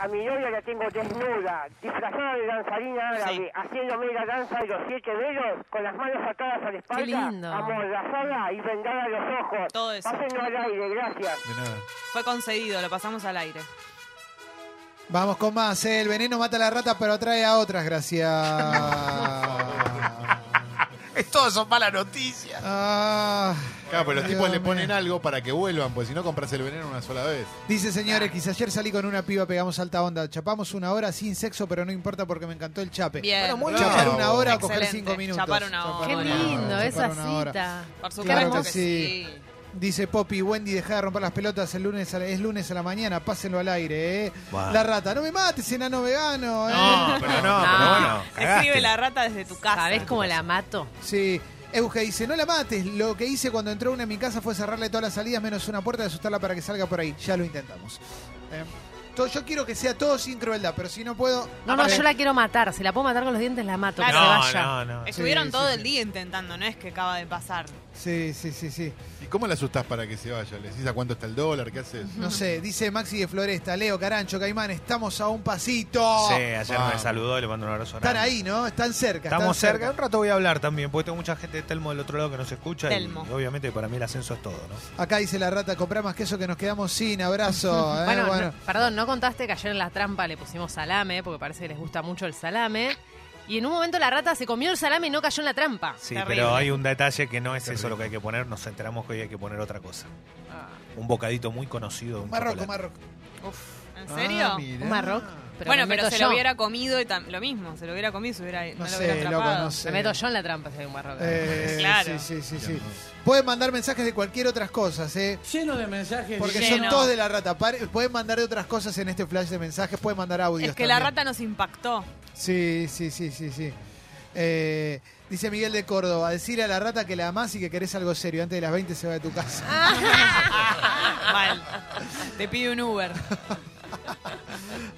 a mi novia la tengo desnuda, disfrazada de danzarina árabe, Sí. haciéndome la danza de los siete dedos, con las manos atadas a la espalda, lindo. amordazada y vendada a los ojos. Todo eso. Pásenlo al aire, gracias. De nada. Fue concedido, lo pasamos al aire. Vamos con más, ¿eh? El veneno mata a la rata, pero atrae a otras, gracias. Es todo son malas noticias. Ah, Claro, pero los Dios tipos le mío. ponen algo para que vuelvan, porque si no compras el veneno una sola vez. Dice, señores, quizás ayer salí con una piba, pegamos alta onda, chapamos una hora sin sexo, pero no importa porque me encantó el chape. Bien. Bueno, muy Chapar Chapar bravo. una hora o Excelente. coger cinco minutos. Chapar una hora. Qué Hola. lindo Chapar esa una hora. cita. Por supuesto Claro que que sí. Dice Poppy, Wendy, deja de romper las pelotas, el lunes a la- es lunes a la mañana, pásenlo al aire, ¿eh? La rata, no me mates, enano vegano, ¿eh? No, pero no, Ah, pero bueno. Escribe cagaste. la rata desde tu casa. ¿Sabés cómo la mato? Sí. Euge dice, no la mates, lo que hice cuando entró una en mi casa fue cerrarle todas las salidas menos una puerta y asustarla para que salga por ahí. Ya lo intentamos. Eh, to- yo quiero que sea todo sin crueldad, pero si no puedo... No, no, Eh, yo la quiero matar. Si la puedo matar con los dientes, la mato. Claro. Que se Ah, No, vaya. No, no, no. Estuvieron Sí, todo sí, el sí. día intentando, no es que acaba de pasar. Sí, sí, sí, sí. ¿Y cómo la asustás para que se vaya? ¿Le decís a cuánto está el dólar? ¿Qué haces? No sé, dice Maxi de Floresta, Leo, Carancho, Caimán, estamos a un pasito. Sí, ayer Vamos. me saludó, le mando un abrazo. Oh. Están grande. ahí, ¿no? Están cerca. Estamos están cerca. Un rato voy a hablar también, porque tengo mucha gente de Telmo del otro lado que nos escucha. Telmo. Y obviamente para mí el ascenso es todo, ¿no? Acá dice la rata, comprá más queso que nos quedamos sin, abrazo. ¿eh? Bueno, no- Bueno. perdón, no contaste que ayer en la trampa le pusimos salame, porque parece que les gusta mucho el salame. Y en un momento la rata se comió el salame y no cayó en la trampa. Sí, Terrible. pero hay un detalle que no es eso lo que hay que poner. Nos enteramos que hoy hay que poner otra cosa. Ah. Un bocadito muy conocido. de un Marroco, chocolate. Marroco. Uf, ¿en serio? Ah, mirá. Un marroc. Pero bueno, me pero meto se yo. lo hubiera comido y tam- lo mismo, se lo hubiera comido y se hubiera, no, No lo hubiera sé, atrapado. loco, no sé. Me meto yo en la trampa si hay un marroco. Eh, Claro. Sí, sí, sí, sí. Pueden mandar mensajes de cualquier otras cosas, ¿eh? Lleno de mensajes. Porque son Lleno. todos de la rata. Pare- Pueden mandar de otras cosas en este flash de mensajes, pueden mandar audios. Es que la también. rata nos impactó. Sí, sí, sí, sí, sí. Eh, dice Miguel de Córdoba, decirle a la rata que la amás y que querés algo serio. Antes de las 20 se va de tu casa. Ah. Mal. Te pide un Uber.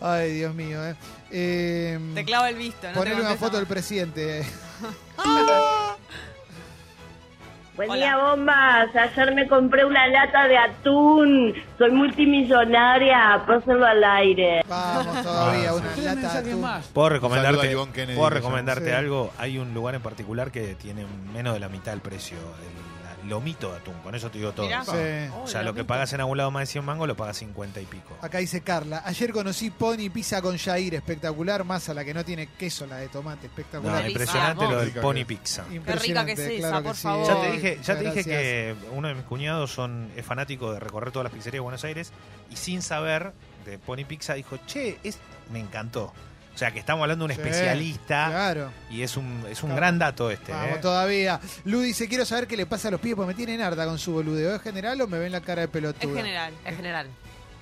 Ay, Dios mío, ¿eh? eh Te clava el visto. No ponele te una contesta foto del más. presidente. Buen Hola. día, bombas. Ayer me compré una lata de atún. Soy multimillonaria. Pásenlo al aire. Vamos todavía, una Tres lata. de mensajes atún. más. Puedo saludo a recomendarte, Ivonne Kennedy, puedo que recomendarte llama. Sí. algo. Hay un lugar en particular que tiene menos de la mitad del precio. El la- lomito de atún. Con eso te digo todo. Mirá. Oh, Sí. O sea, lo que pagas en algún lado más de 100 mangos lo pagas 50 y pico. Acá dice Carla, ayer conocí Pony Pizza con Jair, espectacular, masa la que no tiene queso, la de tomate, No, espectacular. Delicia. impresionante lo del Rica Pony que es. Pizza. Qué Impresionante, rica que es claro esa, por sí. eh. favor. Ya te dije, ya Muchas te dije gracias. que uno de mis cuñados son, es fanático de recorrer todas las pizzerías de Buenos Aires y sin saber de Pony Pizza dijo, che, es, me encantó. O sea, que estamos hablando de un Sí, especialista Claro. y es un, es un Claro. gran dato este. Vamos ¿eh? todavía. Lu dice, quiero saber qué le pasa a los pibes porque me tienen harta con su boludeo. ¿Es general o me ven la cara de pelotudo? Es general. En general.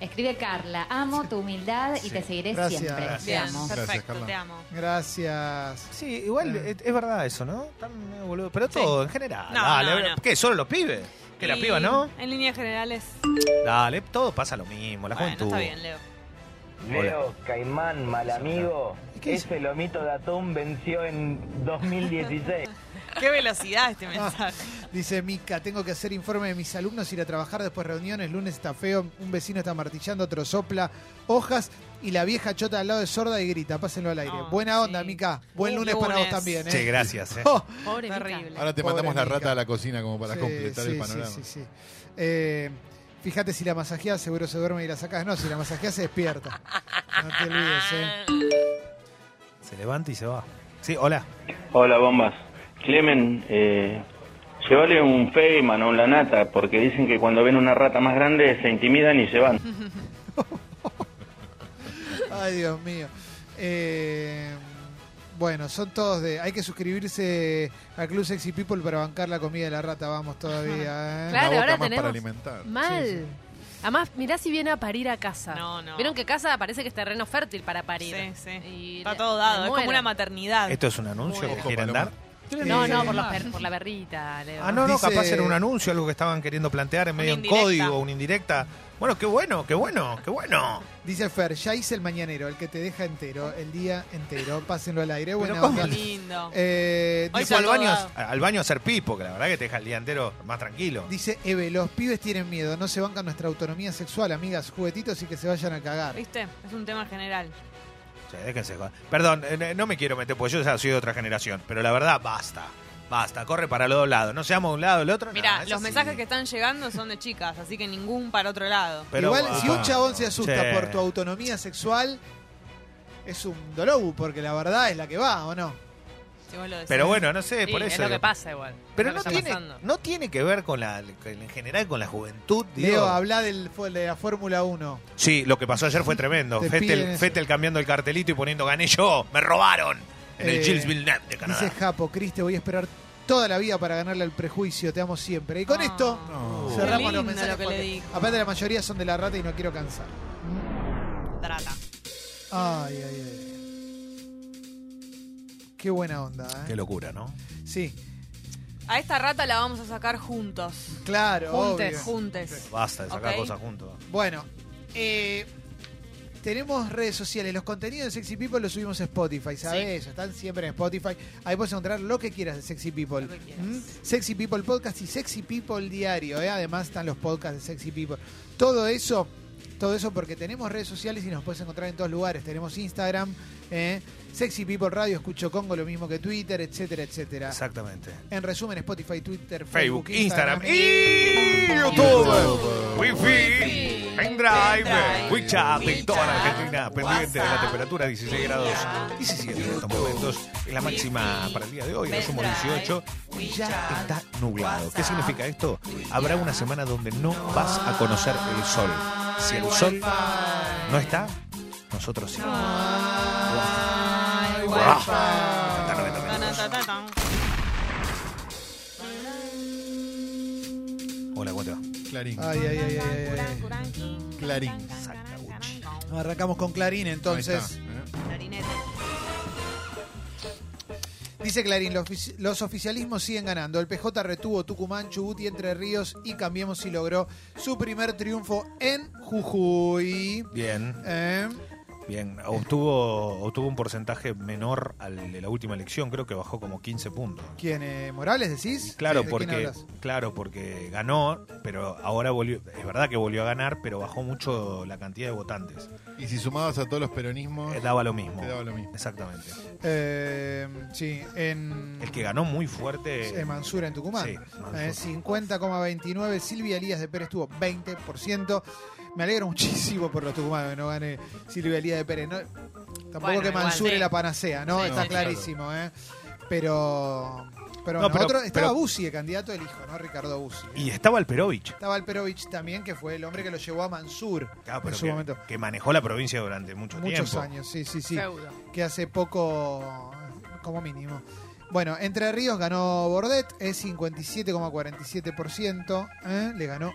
Escribe Carla, amo tu humildad y te seguiré Gracias. siempre. Gracias. Te Bien, amo. Gracias, perfecto, Carla. te amo. Gracias. Sí, igual Ah. es, es verdad eso, ¿no? Tan, eh, boludo. Pero todo, en general. No, dale, no, no. ¿Qué? ¿Solo los pibes? Que la Y piba, ¿no? En líneas generales. Dale, todo pasa lo mismo, la Bueno, juventud. está bien, Leo. Hola. Leo Caimán, mal amigo, ¿Qué hizo? ese lomito de atún venció en 2016. Qué velocidad este mensaje. Dice Mica, tengo que hacer informe de mis alumnos, ir a trabajar después reuniones, lunes está feo, un vecino está martillando, otro sopla hojas y la vieja chota al lado es sorda y grita, pásenlo al aire. Oh, Buena onda, sí. Mica. Buen Buen lunes, para vos lunes. también. ¿eh? Che, gracias. ¿eh? Oh, Pobre Mica. Terrible. Ahora te Pobre mandamos la Mica. rata a la cocina como para Sí, completar sí, el panorama. Sí, sí, sí. Eh, fíjate si la masajeás, seguro se duerme y la sacás. No, si la masajeás se despierta. No te olvides, ¿eh? Se levanta y se va. Sí, hola. Hola, bombas. Clemen, eh, llévale un Feynman o una nata, porque dicen que cuando ven una rata más grande se intimidan y se van. Ay, Dios mío. Eh, bueno, son todos de. Hay que suscribirse al Club Sexy People para bancar la comida de la rata. Vamos todavía. ¿eh? Una Claro, boca ahora más tenemos. para alimentar. Mal. Sí, sí. Además, mirá si viene a parir a casa. No, no. Vieron que casa parece que es terreno fértil para parir. Sí, sí. Y Está le- todo me dado. Es muero. como una maternidad. ¿Esto es un anuncio Bueno. que quieren Ojo, dar? Paloma. No, Eh, no, por, los per- por la perrita, Leo. Ah, no, no, Dice- capaz era un anuncio, algo que estaban queriendo plantear en medio en indirecta. código, una indirecta. Bueno, qué bueno, qué bueno, qué bueno. Dice Fer, ya hice el mañanero, el que te deja entero, el día entero. Pásenlo al aire. Pero Buena ¿cómo? Qué onda. lindo. Eh, Hoy Tipo al baño, saludado. al baño a hacer pis, porque la verdad que te deja el día entero más tranquilo. Dice Eve, los pibes tienen miedo, no se bancan nuestra autonomía sexual, amigas, juguetitos y que se vayan a cagar. ¿Viste? Es un tema general. O sea, déjense joder. Perdón, eh, no me quiero meter, porque yo ya soy de otra generación, pero la verdad, basta. Basta, corre para los dos lados. No seamos de un lado o del otro. Mira, no, eso los sí. mensajes que están llegando son de chicas, así que ningún para otro lado. Pero Igual, bueno. si un chabón se asusta Che. por tu autonomía sexual, es un dolobu, porque la verdad es la que va, ¿o no? Si vos lo decís. Pero bueno, no sé, Sí, por eso. es lo que digo. pasa igual. Pero Es lo no que está tiene, pasando. no tiene que ver con la, con- en general con la juventud. Digo. Leo, habla del, fu- de la Fórmula 1. Sí, lo que pasó ayer fue tremendo. Te piden Fettel, eso. Fettel cambiando el cartelito y poniendo gané yo, me robaron. En Eh, el Gilles Villeneuve de Canadá. Dice Japo, Cris, te voy a esperar toda la vida para ganarle al prejuicio, te amo siempre. Y con Ah. esto No. Qué cerramos lindo los mensajes. lo que le porque dijo. aparte la mayoría son de la rata y no quiero cansar. Trata. Ay, ay, ay. Qué buena onda, ¿eh? Qué locura, ¿no? Sí, A esta rata la vamos a sacar juntos. claro. Juntes, obvio. Juntes. Basta de sacar Ok. cosas juntos. Bueno, eh, tenemos redes sociales. Los contenidos de Sexy People los subimos a Spotify, ¿sabes? Están siempre en Spotify. Ahí puedes encontrar lo que quieras de Sexy People. Lo que quieras. ¿Mm? Sexy People Podcast y Sexy People Diario. ¿eh? Además están los podcasts de Sexy People. Todo eso, todo eso porque tenemos redes sociales y nos puedes encontrar en todos lugares. Tenemos Instagram, ¿eh? Sexy People Radio, Escucho Congo, lo mismo que Twitter, etcétera, etcétera. Exactamente. En resumen, Spotify, Twitter, Facebook, Facebook, Instagram y YouTube. Wi-Fi, pendrive, Pendrive, WeChat en toda la WeChat, Argentina, pendiente de la WhatsApp, temperatura 16 grados 17 en estos momentos. Es la máxima para el día de hoy, lo sumo 18 y ya está nublado. ¿Qué significa esto? Habrá una semana donde no vas a conocer el sol. Si el sol no está, nosotros sí. Ay, guay. Ah, está Tana, 90 minutos. ta, ta, tan. Hola, ¿cuánto va? Clarín. Ay, ay, ay, ay, ay, ay. Clarín. Sacabuchi. Arrancamos con Clarín Ahí entonces. está, ¿eh? Clarinete. Dice Clarín, los, ofici- los oficialismos siguen ganando. El PJ retuvo Tucumán, Chubut y Entre Ríos y Cambiemos y logró su primer triunfo en Jujuy. Bien. Eh, Bien, obtuvo, obtuvo un porcentaje menor al de la última elección, creo que bajó como 15 puntos. ¿Quién? eh, ¿Morales decís? Y Claro, ¿De quién porque, hablas? claro, porque ganó, pero ahora volvió, es verdad que volvió a ganar, pero bajó mucho la cantidad de votantes. Y si sumabas a todos los Ah, peronismos, Eh, Daba lo mismo. te daba lo mismo. Exactamente. Eh, sí, en, El que ganó muy fuerte. en Mansura, en Tucumán. Sí, Mansur. Eh, 50,29. Silvia Elías de Pérez tuvo 20%. Me alegro muchísimo por los tucumanos que no gane Silvia Elías de Pérez. No- tampoco Bueno, que igual, Mansur sí. es la panacea, ¿no? Sí, Está sí, clarísimo, ¿eh? Pero. Pero, bueno, No, pero- otro, estaba pero- Bussi, el candidato del hijo, ¿no? Ricardo Bussi. ¿eh? Y estaba el Perovich. Estaba Alperovich también, que fue el hombre que lo llevó a Mansur Claro, en Ah, pero su que, momento. que manejó la provincia durante mucho Muchos tiempo. años, sí, sí, sí. Feudo. Que hace poco, como mínimo. Bueno, Entre Ríos ganó Bordet, es 57,47%. ¿eh? Le ganó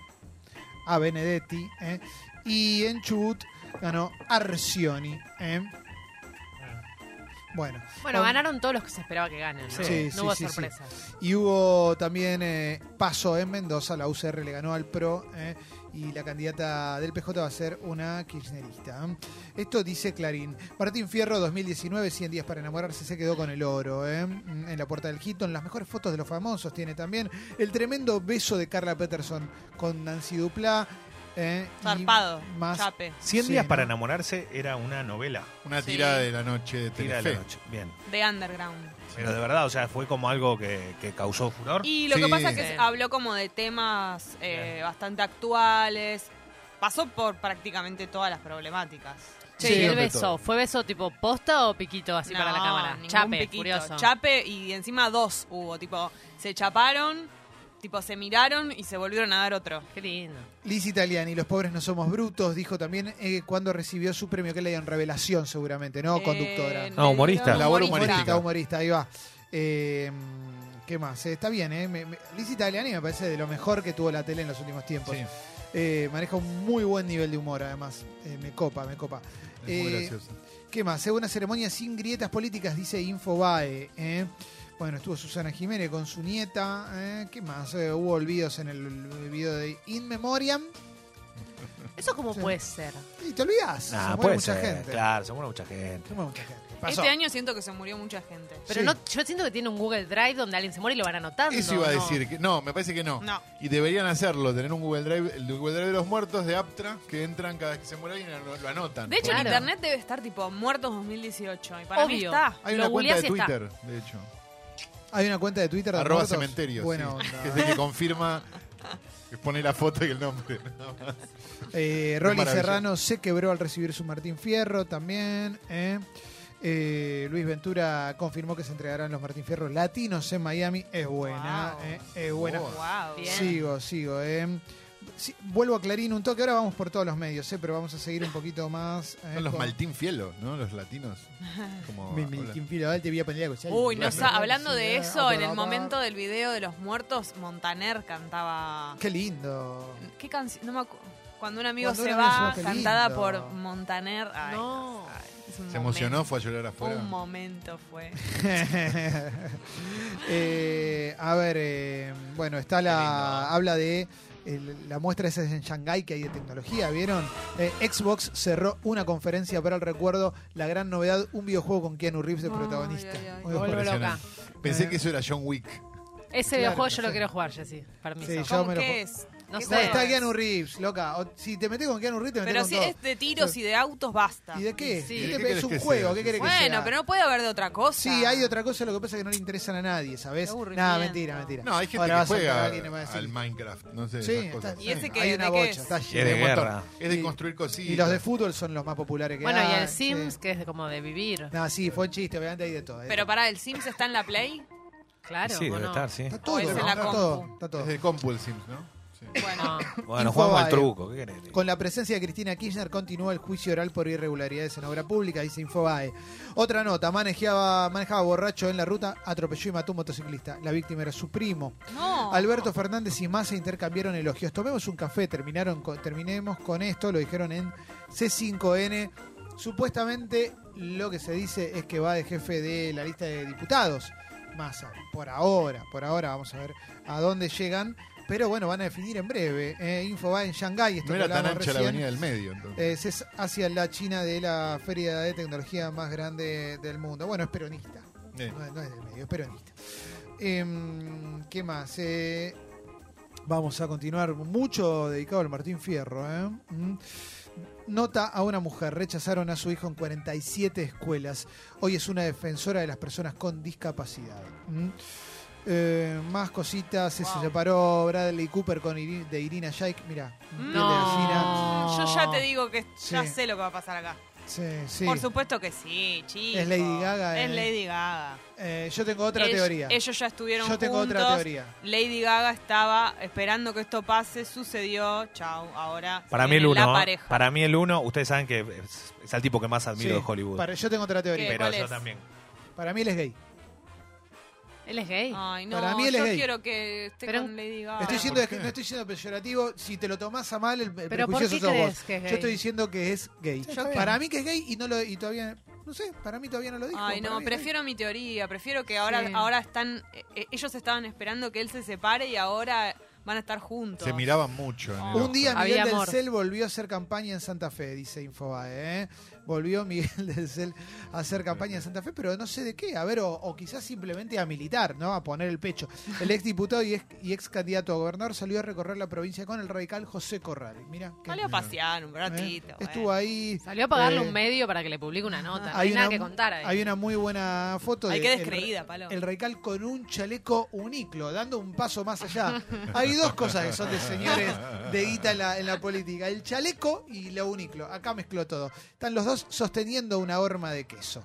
a Benedetti. ¿eh? Y en Chubut ganó Arcioni. ¿eh? Bueno, Bueno, Con- ganaron todos los que se esperaba que ganen, ¿no? Sí, sí, no hubo sí, sí. sorpresas. Y hubo también eh, paso en Mendoza, la UCR le ganó al PRO eh, y la candidata del PJ va a ser una kirchnerista. ¿eh? Esto dice Clarín. Martín Fierro, 2019, 100 días para enamorarse, se quedó con el oro eh, en la puerta del Hilton. Las mejores fotos de los famosos tiene también. El tremendo beso de Carla Peterson con Nancy Duplá. eh, y Zarpado. Más Chape. 100 Sí, días para ¿no? enamorarse era una novela. Una Sí. tirada de la noche de Tira de Telefe. la noche. Bien. De underground. Pero de verdad, o sea, fue como algo que, que causó furor. Y lo Sí. que pasa es que Sí. habló como de temas eh, bastante actuales. Pasó por prácticamente todas las problemáticas. Che, Sí, ¿y el sobre beso? todo. ¿Fue beso tipo posta o piquito así No, para la cámara? ningún Chape, piquito. furioso. Chape y encima dos hubo, tipo, se chaparon, tipo, se miraron y se volvieron a dar otro. Qué lindo. Liz Italiani, los pobres no somos brutos, dijo también eh, cuando recibió su premio que le dieron revelación seguramente, ¿no? Conductora. Eh, No, humorista. Labor Humorista, humorística. humorista, ahí va. Eh, ¿Qué más? Eh, está bien, ¿eh? Me, me- Liz Italiani me parece de lo mejor que tuvo la tele en los últimos tiempos. Sí, Eh, maneja un muy buen nivel de humor, además. Eh, me copa, me copa. es muy Eh, gracioso. ¿Qué más? Eh, una ceremonia sin grietas políticas, dice Infobae. ¿eh? Bueno, estuvo Susana Jiménez con su nieta. ¿eh? ¿Qué más? Eh, hubo olvidos en el, el video de In Memoriam. ¿Eso cómo Sí. puede ser? Y te olvidas. se Ah, muere puede mucha ser, gente. Claro, se muere mucha gente. Se muere mucha gente. Pasó. Este año siento que se murió mucha gente. Pero Sí. no, yo siento que tiene un Google Drive donde alguien se muere y lo van anotando. Eso iba a ¿no? decir. Que, no, me parece que no. No. Y deberían hacerlo, tener un Google Drive, el Google Drive de los muertos de Aptra, que entran cada vez que se muere alguien y lo, lo anotan. De hecho, Claro. en internet debe estar tipo muertos 2018. Y para mí Obvio. está. Hay lo una cuenta googleás de y está. Twitter, de hecho. Hay una cuenta de Twitter de Arroba muertos. cementerio. Buena sí. onda. Que es el que confirma, que pone la foto y el nombre. nada más. Eh, Rolly maravilla. Serrano se quebró al recibir su Martín Fierro también. ¿eh? Eh, Luis Ventura confirmó que se entregarán los Martín Fierro latinos en Miami. Es buena, Wow. ¿eh? es buena. Oh. Wow. Bien. Sigo, sigo. ¿eh? Sí, vuelvo a Clarín un toque. Ahora vamos por todos los medios, ¿eh? pero vamos a seguir un poquito más. ¿eh? Son los con- Maltín Fielo, ¿no? Los latinos. Como, Mi- mi- hablan. Martín Fierro, dale, te voy a poner algo, sale. Uy, no Sí, sa- hablando de Sí, ah, eso, en el adorador. momento del video de los muertos, Montaner cantaba. Qué lindo. ¿Qué canción? No me acu- Cuando un amigo Cuando se un amigo va, se va, qué cantada lindo. por Montaner. Ay, No. ay, es un Se emocionó, momento. fue a llorar afuera. Un momento fue. Eh, a ver, eh, bueno, está ¿eh? la. Habla de. el- la muestra esa es en Shanghái que hay de tecnología, ¿vieron? Eh, Xbox cerró una conferencia para el recuerdo. La gran novedad, un videojuego con Keanu Reeves de Ay, protagonista. ay, ay. Muy Vuelvo bueno. Impresionante. Eh. Pensé que eso era John Wick. Ese Claro, videojuego yo lo sí. quiero jugar, Jessy. Permiso. Sí, yo- ¿Cómo me lo ju- qué es? No ¿Qué sé. No, juego está es? Keanu Reves, loca. O- si te metes con Keanu Reeves, te metes Pero con si todo. es de tiros y de autos, basta. ¿Y de qué? Sí. ¿Qué te- ¿De qué es querés un que juego, sea? ¿qué querés que Bueno, sea? pero no puede haber de otra cosa. Sí, hay otra cosa, lo que pasa es que no le interesan a nadie, ¿sabes? Qué aburrimiento. Nada, mentira, mentira. No, hay gente Ahora que vas a juega encontrar a alguien y me va a decir- al Minecraft. No sé, Sí, esas cosas. está- ¿Y ese qué? hay una ¿De qué bocha, es? está Es lleno. de Un montón. guerra. Es de Y- construir cositas. Y los de fútbol son los más populares que Bueno, y hay, el Sims, Ah, sí. que es de- como de vivir. No, sí, fue un chiste, obviamente hay de todo. hay de Pero todo. para el Sims está en la Play. Claro. sí, ¿o debe no? estar, sí. Está todo, O es en ¿no? la está compu. todo, está todo. Es de Compu el Sims, ¿no? Sí. Bueno, Bueno, Info jugamos al Bayer. truco. ¿Qué querés? Con la presencia de Cristina Kirchner continúa el juicio oral por irregularidades en obra pública, dice Infobae. Otra nota, manejaba, manejaba borracho en la ruta, atropelló y mató a un motociclista. La víctima era su primo. no. Alberto Fernández y Massa intercambiaron elogios. Tomemos un café, terminaron con- terminemos con esto, lo dijeron en C5N. Supuestamente lo que se dice es que va de jefe de la lista de diputados. Massa, por ahora, por ahora vamos a ver a dónde llegan. Pero bueno, van a definir en breve. Eh, Info va en Shanghái, esto No que era tan hablábamos ancha la recién. avenida del medio, entonces. Eh, es hacia la China de la feria de tecnología más grande del mundo. Bueno, es peronista. Eh. No, es- no es del medio, es peronista. Em, ¿Qué más? Eh, vamos a continuar. Mucho dedicado al Martín Fierro. ¿eh? Mm. Nota a una mujer. Rechazaron a su hijo en 47 escuelas. Hoy es una defensora de las personas con discapacidad. Mm. Eh, más cositas. Se Wow. separó Bradley Cooper con Iri- de Irina Shayk. Mira, piel de gallina. No. Mm. Yo ya te digo que ya Sí. sé lo que va a pasar acá. Sí, sí. Por supuesto que sí, chicos. Es Lady Gaga, Es eh. Lady Gaga. Eh, yo tengo otra Ell- teoría. Ellos ya estuvieron Yo tengo otra juntos. teoría. Lady Gaga estaba esperando que esto pase, sucedió, chau, ahora Para se mí el viene la uno. ¿eh? pareja. Para mí el uno, ustedes saben que es, es al tipo que más admiro Sí, de Hollywood. para- yo tengo otra teoría. ¿Qué? Pero Eh, ¿Cuál yo es? también. Para mí él es gay. Él es gay. Ay, no, Para mí él es yo gay. quiero que esté Pero- con Lady Gaga. Estoy ¿por diciendo, qué? no estoy siendo peyorativo. Si te lo tomás a mal, el, el ¿Pero por prejuicioso qué sos crees vos. que es gay? Yo estoy diciendo que es gay. está bien. para mí que es gay y no lo y todavía no sé, para mí todavía no lo dijo. Ay, para no, mí es prefiero mi teoría, prefiero que ahora, Sí. ahora están, eh, eh, ellos estaban esperando que él se separe y ahora van a estar juntos. Se miraban mucho. en el gay. Un ojo. día Había Miguel amor. del Cel volvió a hacer campaña en Santa Fe, dice Infobae. ¿eh? Volvió Miguel del Cel a hacer campaña en Santa Fe, pero no sé de qué. A ver, o, o quizás simplemente a militar, ¿no? A poner el pecho. El exdiputado y ex, y ex candidato a gobernador salió a recorrer la provincia con el radical José Corral. Mira, Sale a pasear un ratito. bueno. Estuvo ahí. Salió a pagarle eh, un medio para que le publique una nota. No hay hay nada una- que contar ahí. Hay una muy buena foto de Ay, qué el- descreída, Palo. El Raical con un chaleco uniclo, dando un paso más allá. Hay dos cosas que son de señores de guita en la, en la política: el chaleco y la uniclo. Acá mezcló todo. Están los dos sosteniendo una horma de queso.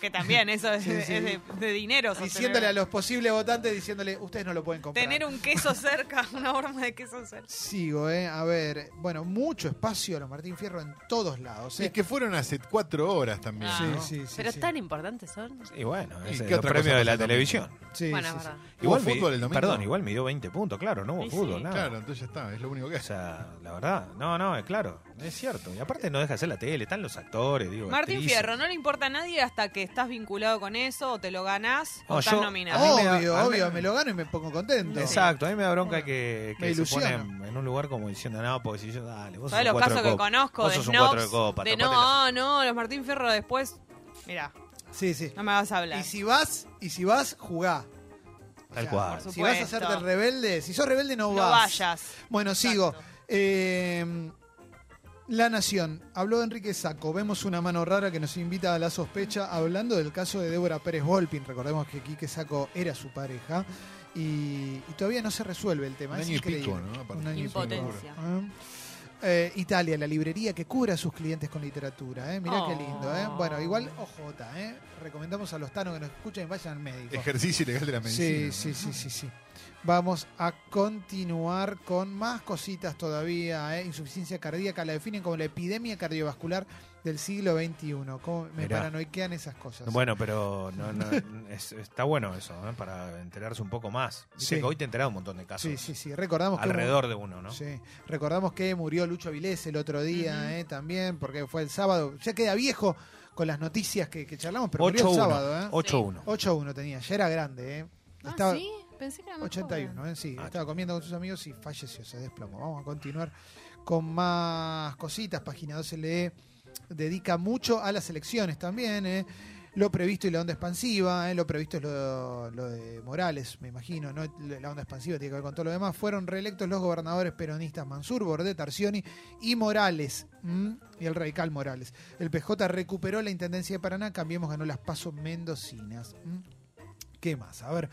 Que también, eso es, Sí, de- sí. es de, de dinero. Diciéndole a sostener. los posibles votantes, diciéndole, ustedes no lo pueden comprar. Tener un queso cerca, una horma de queso cerca. Sigo, ¿eh? A ver, bueno, mucho espacio a los Martín Fierro en todos lados. ¿eh? Es que fueron hace cuatro horas también. Ah, ¿no? sí, sí. Pero sí. tan importantes son. Y bueno, ¿Y ese qué es el otra cosa premio de la pasa también? televisión. Sí, bueno, sí, es sí. verdad. Igual ¿Hubo mi- fútbol el domingo? Perdón, igual me dio 20 puntos, claro, no hubo Y sí. fútbol, nada. Claro, entonces ya está, es lo único que O hace. sea, la verdad, no, no, es claro. Es cierto. Y aparte no deja de ser la tele, están los actores, digo. Martín actrices. Fierro, no le importa a nadie hasta que estás vinculado con eso, o te lo ganás, No, o estás yo- nominado. a mí me da- Obvio, a mí- obvio, me lo gano y me pongo contento. Exacto, a mí me da bronca que, que me se ilusiona. ponen en un lugar como diciendo, no, porque si yo, dale, vos sos ¿Sabes los un cuatro casos de que copa. conozco Vos de sos un cuatro de snobs? copa. de tapate no, no, los Martín Fierro después. Mirá, Sí, sí. no me vas a hablar. Y si vas, y si vas, jugá. la- Tal cual. Por Si vas a supuesto. hacerte rebelde, si sos rebelde no, No vas. vayas. Bueno, sigo. Exacto. Eh, la Nación. Habló de Enrique Saco. Vemos una mano rara que nos invita a la sospecha hablando del caso de Débora Pérez Volpin. Recordemos que Quique Saco era su pareja. Y, y todavía no se resuelve el tema. Un Es año y increíble. pico, ¿no? Aparte. Un año y pico. Impotencia. ¿Eh? Eh, Italia, la librería que cubra a sus clientes con literatura. ¿eh? Mirá qué Oh. lindo. ¿eh? Bueno, igual OJ. ¿eh? Recomendamos a los tanos que nos escuchen y vayan al médico. Ejercicio ilegal de la medicina. Sí, ¿no? sí, sí, sí, sí. Vamos a continuar con más cositas todavía. ¿eh? Insuficiencia cardíaca la definen como la epidemia cardiovascular del siglo XXI. ¿Cómo me Mirá. paranoiquean esas cosas? Bueno, pero no, no, es- está bueno eso, ¿eh? para enterarse un poco más. Dice Sí. que hoy te enterás de un montón de casos sí, sí, sí. Recordamos que alrededor de uno, ¿no? Sí. Recordamos que murió Lucho Vilés el otro día ¿eh? también, porque fue el sábado. Ya queda viejo con las noticias que, que charlamos, pero murió el 8-1. sábado. ¿eh? 8-1. 8-1 tenía, ya era grande. ¿eh? Ah, Estaba- sí, pensé que era más 81, ¿eh? sí. Ah, estaba comiendo con sus amigos y falleció, se desplomó. Vamos a continuar con más cositas. Página 12 le dedica mucho a las elecciones también. ¿eh? Lo previsto y la onda expansiva. ¿eh? Lo previsto es lo, lo de Morales, me imagino. ¿no? La onda expansiva tiene que ver con todo lo demás. Fueron reelectos los gobernadores peronistas Mansur, Bordet, Tarcioni y Morales. ¿m? Y el radical Morales. El PJ recuperó la intendencia de Paraná. Cambiemos ganó las pasos mendocinas. ¿m? ¿Qué más? A ver.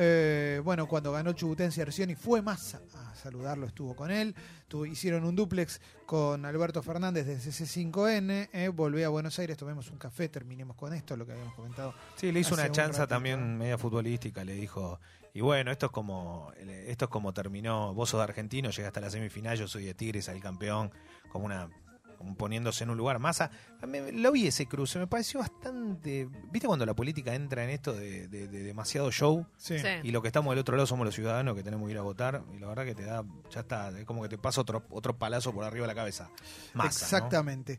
Eh, bueno, cuando ganó Chubutense Arcioni fue más a, a saludarlo, estuvo con él. Tu- hicieron un duplex con Alberto Fernández de CC5N. eh, volví a Buenos Aires, tomemos un café, terminemos con esto, lo que habíamos comentado. Sí, le hizo Hace una un chanza ratito. también media futbolística, le dijo, y bueno, esto es como esto es como terminó, vos sos argentino, llegaste a la semifinal, yo soy de Tigres, el campeón, como una como poniéndose en un lugar masa. A mí Lo vi ese cruce, me pareció bastante, ¿viste cuando la política entra en esto de, de- de demasiado show? Sí. Sí. Y lo que estamos del otro lado somos los ciudadanos que tenemos que ir a votar, y la verdad que te da, ya está, es como que te pasa otro, otro palazo por arriba de la cabeza. Massa, ¿no? Exactamente.